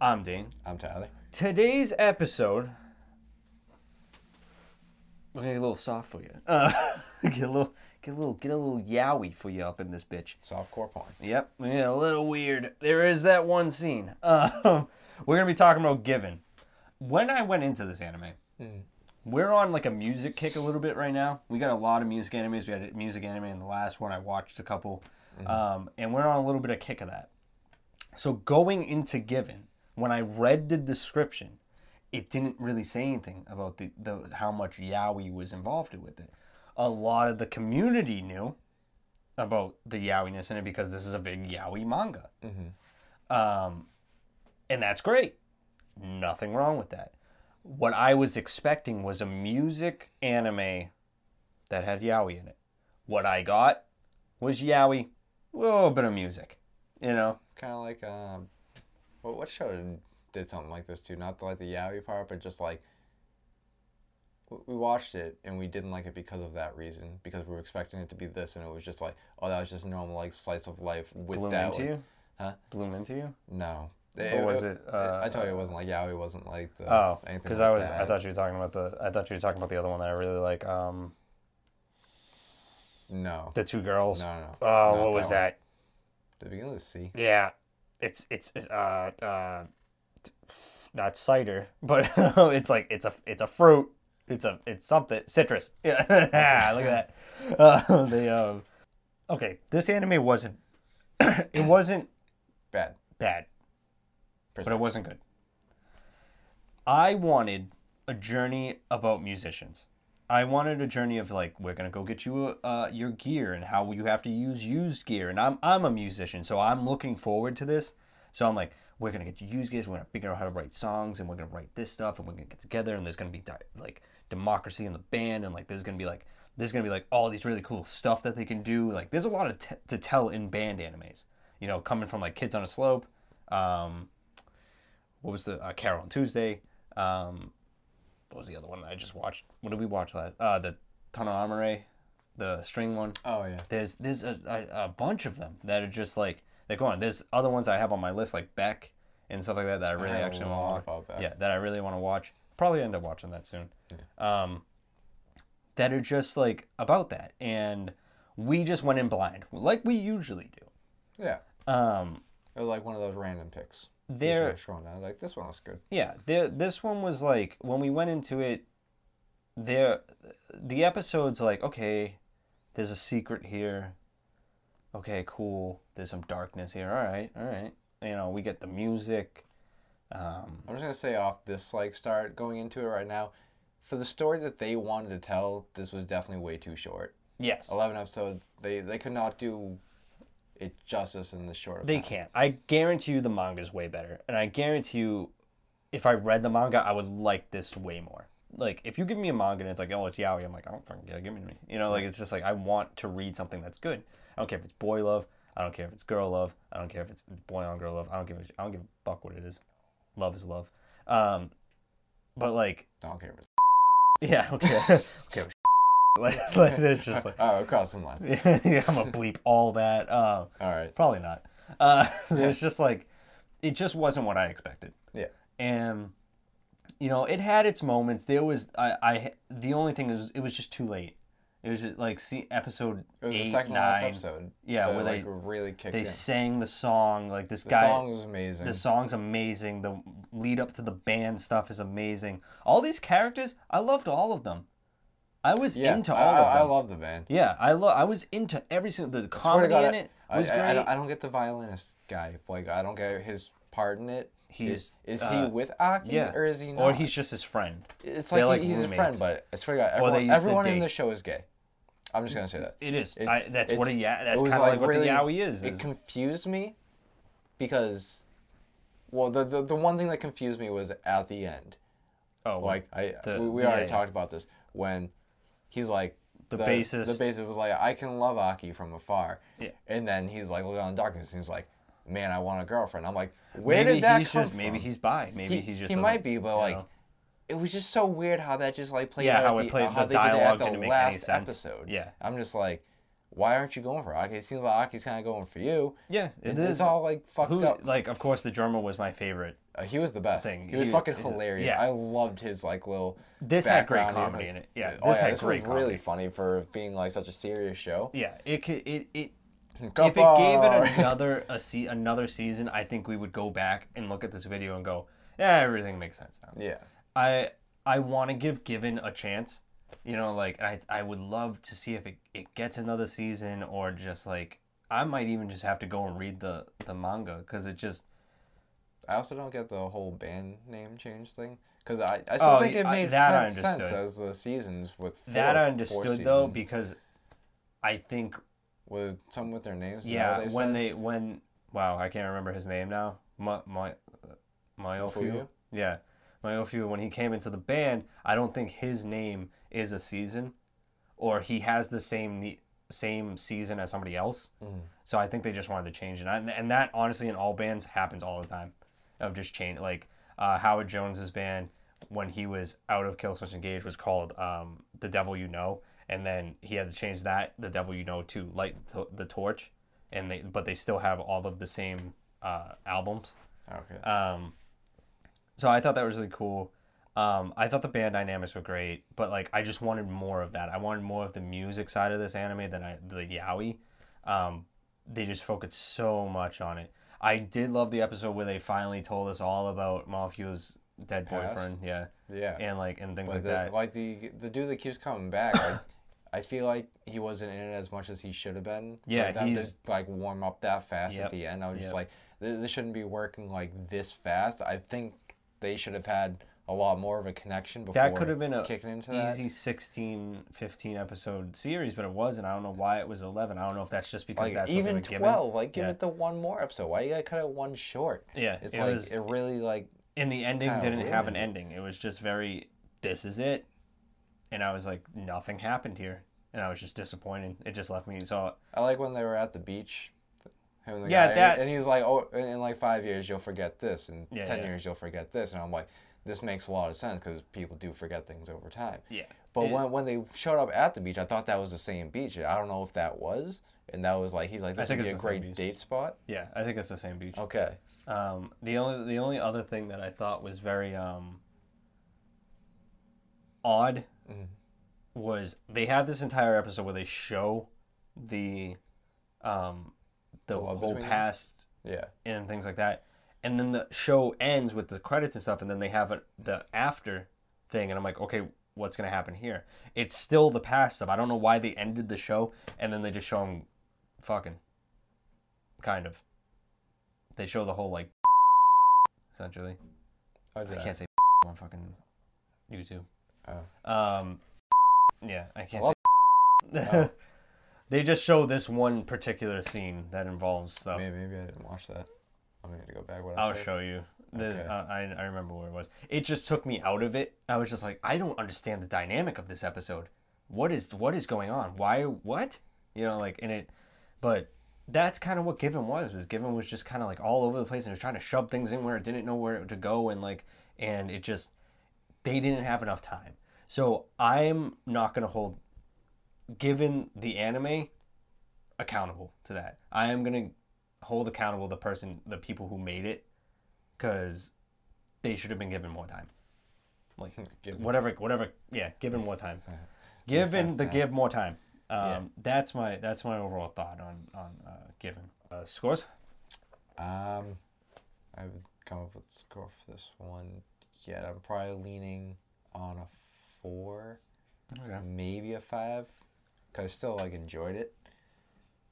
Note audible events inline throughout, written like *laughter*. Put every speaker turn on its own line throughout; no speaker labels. I'm Dean.
I'm Tyler.
Today's episode, we're gonna get a little soft for you. Uh, *laughs* get a little, get a little, get a little yowie for you up in this bitch.
Softcore porn.
Yep, we're gonna get a little weird. There is that one scene. *laughs* Um, we're gonna be talking about Given. When I went into this anime, we're on like a music kick a little bit right now. We got a lot of music animes. We had a music anime in the last one. I watched a couple, um, and we're on a little bit of kick of that. So going into Given, when I read the description, it didn't really say anything about the, the how much Yaoi was involved with it. A lot of the community knew about the Yaoi-ness in it because this is a big Yaoi manga, um, and that's great. Nothing wrong with that. What I was expecting was a music anime that had Yaoi in it. What I got was Yaoi, a little bit of music, you know.
Kind of like um, what what show did- did something like this too? Not the, like the yaoi part, but just like w- we watched it and we didn't like it because of that reason because we were expecting it to be this and it was just like oh that was just normal like slice of life with
Bloom
that
into
one.
you?
Huh?
Bloom into you?
No.
Or was it? Uh,
I told you it wasn't like yaoi. It wasn't like the
Oh,
anything
because
like
I was. I
that.
thought you were talking about the. I thought you were talking about the other one that I really like. Um, *laughs*
no
the two girls.
no no.
Oh,
not
what was
that
that?
one. Did it begin with a C?
Yeah, it's it's, it's uh uh, t- not cider, *laughs* but oh, it's like it's a it's a fruit. It's a it's something citrus. *laughs* Yeah, look at that. Uh, *laughs* the um, okay, this anime wasn't. *clears throat* it wasn't
Bad.
bad. but it
Percent.
wasn't good. I wanted a journey about musicians. I wanted a journey of like we're gonna go get you uh, your gear and how you have to use used gear. And I'm I'm a musician, so I'm looking forward to this. So I'm like, we're gonna get you used gear. We're gonna figure out how to write songs, and we're gonna write this stuff, and we're gonna get together. And there's gonna be di- like democracy in the band, and like there's gonna be like there's gonna be like all these really cool stuff that they can do. Like there's a lot of t- to tell in band animes. You know, coming from like Kids on a Slope. Um, what was the uh, Carol on Tuesday? Um, what was the other one that I just watched? What did we watch last? Uh, the Tana Amare, the string one.
Oh yeah.
There's there's a, a, a bunch of them that are just like they're going. There's other ones I have on my list like Beck and stuff like that that I really
have a
actually
lot
want to watch.
about Beck.
Yeah, that I really want to watch. Probably end up watching that soon. Um, that are just like about that, and we just went in blind like we usually do.
Yeah.
Um,
It was like one of those random picks. Just
there
sort of scrolling down. Like this one looks good.
Yeah, the, this one was like when we went into it, there, the episode's like okay, there's a secret here. Okay, cool. There's some darkness here. All right, all right. You know, we get the music. Um,
I'm just gonna say off this like start going into it right now. For the story that they wanted to tell, this was definitely way too short.
yes,
Eleven episodes, they they could not do it justice in the short. of
they
time.
can't. I guarantee you the manga's way better, and I guarantee you, if I read the manga, I would like this way more. Like, if you give me a manga and it's like, oh, it's yaoi, I'm like, I don't fucking get it. Give it to me. You know, like it's just like I want to read something that's good. I don't care if it's boy love. I don't care if it's girl love. I don't care if it's boy on girl love. I don't give a, I don't give a fuck what it is. Love is love. Um, but like, *laughs*
I don't care. If it's
yeah, okay, okay, *laughs* like, like it's just like,
*laughs* oh, across some
*laughs*
lines.
yeah, I'm gonna bleep all that. Um,
All right.
Probably not. Uh, *laughs* it's just like, it just wasn't what I expected.
Yeah.
And, you know, it had its moments. There was, I, I the only thing is, it was just too late. It was just like, see, episode
It was
eight,
the second
nine,
last episode.
Yeah,
that,
where they-
like really kicked
They
in.
sang the song. Like, this
The
guy,
song was amazing.
the song's amazing. The lead up to the band stuff is amazing. All these characters, I loved all of them. I was
yeah,
into
I,
all
I,
of them.
I love the band.
yeah, I love. I was into every single. The
I swear to
comedy
God,
in
I-
it
I,
was
I, I
great.
don't, I don't get the violinist guy. Like I don't get his part in it.
He's,
Is, is
uh,
he with Aki
yeah.
or is he not?
or he's just his friend.
It's
They're
like,
like
he- he's his
roommates.
friend, but I swear to God,
Or they
everyone,
used to
everyone in
date.
the show is gay. I'm just gonna say that.
It is.
It-
I, that's what a
it's-
yeah. That's
it was,
kind of like, what
really-
the yaoi is.
It
is- oh,
confused me because, well, the, the the one thing that confused me was at the end.
oh,
Like I,
The-
we, we
yeah,
already
yeah.
talked about this when he's like
The
The
bassist.
bassist was like, I can love Aki from afar.
Yeah.
And then he's like, look on darkness. And he's like, man, I want a girlfriend. I'm like, where
maybe
did that
he's
come
just
from?
maybe he's bi. Maybe he, just
he
doesn't-
might be, but
you
like,
know.
it was just so weird how that just like played
Yeah,
out
how
at
it played-
how
the
they did that
dialogue
at the
didn't make any
last
sense.
episode.
Yeah.
I'm just like, why aren't you going for Aki? It seems like Aki's kind of going for you.
Yeah,
It, it's all like fucked
who,
up.
Like, of course, the drummer was my favorite.
Uh, he was the best.
thing.
He was
He-
fucking
he-
hilarious.
yeah.
I loved his like little.
This had great
background, he
comedy
had-
in it. Yeah,
oh
this
yeah,
had
this
great
was
comedy.
really funny for being like such a serious show. *laughs*
Yeah, it could, it it if it gave
Gopar!
it another a se- another season, I think we would go back and look at this video and go, yeah, everything makes sense now.
*laughs* yeah,
I I want to give Given a chance. You know, like I I would love to see if it, it gets another season or just like I might even just have to go and read the the manga because it just
I also don't get the whole band name change thing because I, I still
Oh,
think it
I-
made
that I
sense sense
understood.
as the seasons with four,
that I
four
understood though
seasons.
because I think
with some with their names. is that
yeah
what
when
said?
they when wow I can't remember his name now my my my
Fuyu?
yeah my when he came into the band I don't think his name is a season or he has the same ne- same season as somebody else
Mhm.
so I think they just wanted to change it and, and that honestly in all bands happens all the time of just change like uh, Howard Jones's band when he was out of Kill Switch Engage was called um, The Devil You Know, and then he had to change that The Devil You Know to Light T- the Torch, and they but they still have all of the same uh, albums.
okay,
Um, so I thought that was really cool. Um, I thought the band dynamics were great, but like I just wanted more of that. I wanted more of the music side of this anime than I the yaoi. Um, they just focused so much on it. I did love the episode where they finally told us all about Malfu's dead
Past?
boyfriend, yeah,
yeah,
and like and things
But
like
the,
that.
like the the dude that keeps coming back,
*coughs*
like, I feel like he wasn't in it as much as he should have been. for
Yeah,
them
he's-
to like warm up that fast
Yep,
at the end. I was
yep.
just like, this, this shouldn't be working like this fast. I think they should have had a lot more of a connection before
That could have been a
kicking into that.
easy 16, 15 episode series, but it wasn't. I don't know why it was eleven. I don't know if that's just because
Like
that's
even
what they were given.
twelve, like give
Yeah.
it the one more episode. Why you gotta cut it one short?
Yeah,
It's
it
like
was-
it really like
and the ending
kinda
didn't have an
ruined
ending. It was just very, this is it, and I was like, nothing happened here, and I was just disappointed. It just left me so.
I like when they were at the beach. Him and the
Yeah,
guy,
that-
And he was like, "Oh, in, in like five years you'll forget this, and
Yeah,
ten
yeah.
years you'll forget this." And I'm like, "This makes a lot of sense because people do forget things over time."
Yeah,
But
It-
when when they showed up at the beach, I thought that was the same beach. I don't know if that was, and that was like he's like, "This
think
would be a
it's the same
great
beach.
date spot."
yeah, I think it's the same beach.
Okay,
Um, the only the only other thing that I thought was very um, odd
Mhm.
was they have this entire episode where they show the um, the,
The love
whole
between them?
past
yeah,
and things like that. And then the show ends with the credits and stuff, and then they have a, the after thing, and I'm like, okay, what's gonna happen here? It's still the past stuff. I don't know why they ended the show, and then they just show him fucking, kind of. They show the whole like, *laughs* essentially.
I
I
did that.
can't say *laughs* on fucking YouTube.
Oh.
Um, yeah, I can't
Well-
say. *laughs*
Oh.
they just show this one particular scene that involves stuff.
Maybe, maybe I didn't watch that. I'm gonna need to go back. What I
I'll
said.
show you. There's,
Okay.
uh, I, I remember where it was. It just took me out of it. I was just like, I don't understand the dynamic of this episode. What is what is going on? Why what? You know, like and it, but that's kind of what Given was. Is Given was just kind of like all over the place and was trying to shove things in where it didn't know where to go and like and it just they didn't have enough time. So I'm not gonna hold Given the anime accountable to that. I am gonna hold accountable the person, the people who made it, because they should have been given more time. Like
*laughs* Given.
whatever, whatever. Yeah, given more time.
sense
given the
now.
give more time. Um,
Yeah.
That's my that's my overall thought on on uh, given uh, scores.
Um, I would come up with a score for this one. yet. I'm probably leaning on a four,
Okay.
maybe a five, because I still like enjoyed it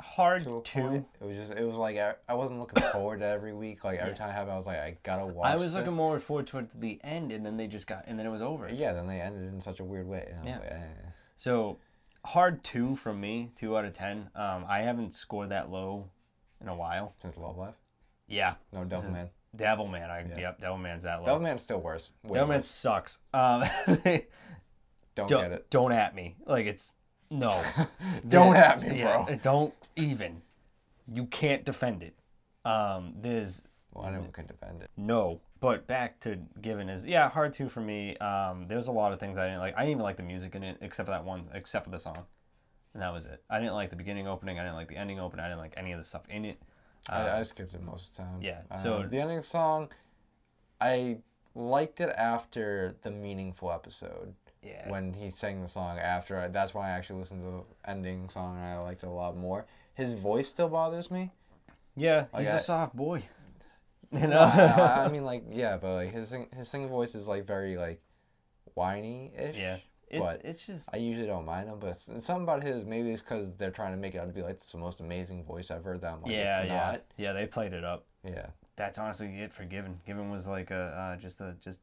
Hard
to a
two.
point. It was just, it was like I, I
*coughs*
wasn't looking forward to every week. Like every time it happened, I was like, I gotta watch.
I was
this.
looking more forward towards the end, and then they just got, and then it was over.
Yeah, then they ended in such a weird way, and I was
Yeah.
like, eh.
So hard two from me, two out of ten. Um, I haven't scored that low in a while.
since Love Life,
Yeah,
no Devilman.
Devilman. I yep, Devilman's that low.
Devilman's still worse. Way
Devilman
worse.
sucks. Um, *laughs*
Don't,
don't
get it.
don't at me. Like it's
*laughs*
no.
Don't at me,
Yeah,
bro.
Don't even. You can't defend it. Um, there's
Well, I
Mm-hmm.
never could defend it.
no. But back to given is yeah hard to for me. Um, there's a lot of things I didn't like. I didn't even like the music in it except for that one, except for the song. and that was it. I didn't like the beginning opening. I didn't like the ending opening. I didn't like any of the stuff in it. Uh,
I, I skipped it most of the time.
yeah,
Uh,
so-
the ending song, I liked it after the meaningful episode
yeah,
when he sang the song. After I, that's why I actually listened to the ending song and I liked it a lot more. His voice still
*laughs*
bothers me.
yeah.
Like,
He's
I-
a soft boy. *laughs* You know.
No, I, I- I mean like yeah, but like his sing, his singing voice is like very like whiny
*laughs*
ish.
yeah. It's
But
it's just
I usually don't mind him, but s- something about his maybe it's because they're trying to make it out to be like it's the most amazing voice I've heard. That I'm like,
yeah
it's
yeah
not.
yeah. They played it up.
Yeah.
That's honestly it for Given. Given was like a uh, just a just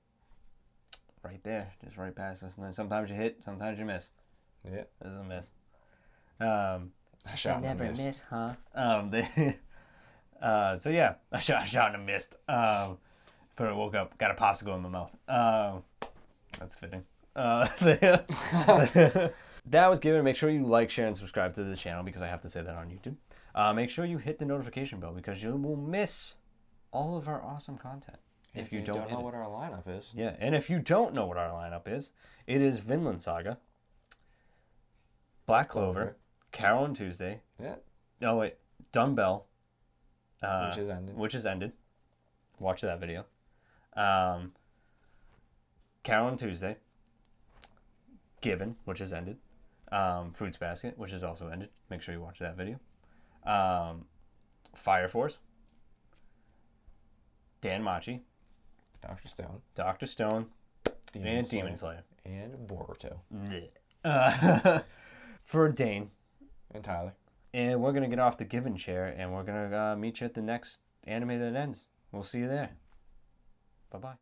right there, just right past us. And then sometimes you hit, sometimes you miss.
Yeah. *laughs*
This is a miss. Um,
I shot and I missed.
huh? Um, *laughs* they, uh, so yeah, I shot, I shot and I missed. Um, but I woke up, got a popsicle in my mouth. Um, that's fitting. Uh, *laughs* that was given. Make sure you like, share, and subscribe to the channel because I have to say that on YouTube. Uh, make sure you hit the notification bell because you will miss all of our awesome content if, you, don't, hit
know
it.
what our lineup is,
Yeah, and if you don't know what our lineup is, it is Vinland Saga, Black Clover,
Clover.
Carol on Tuesday.
yeah,
No wait, Dumbbell, uh,
which is ended.
which is ended. Watch that video. Um, Carol on Tuesday. Given, which is ended. Um, Fruits Basket, which is also ended. Make sure you watch that video. Um, Fire Force. Dan Machi,
Doctor Stone,
Doctor Stone,
Demon
Uh, and
Slayer,
Demon Slayer.
and Boruto,
Blech. Uh, *laughs* for Dane,
and Tyler.
and we're gonna get off the given chair, and we're gonna uh, meet you at the next anime that ends. We'll see you there. Bye bye.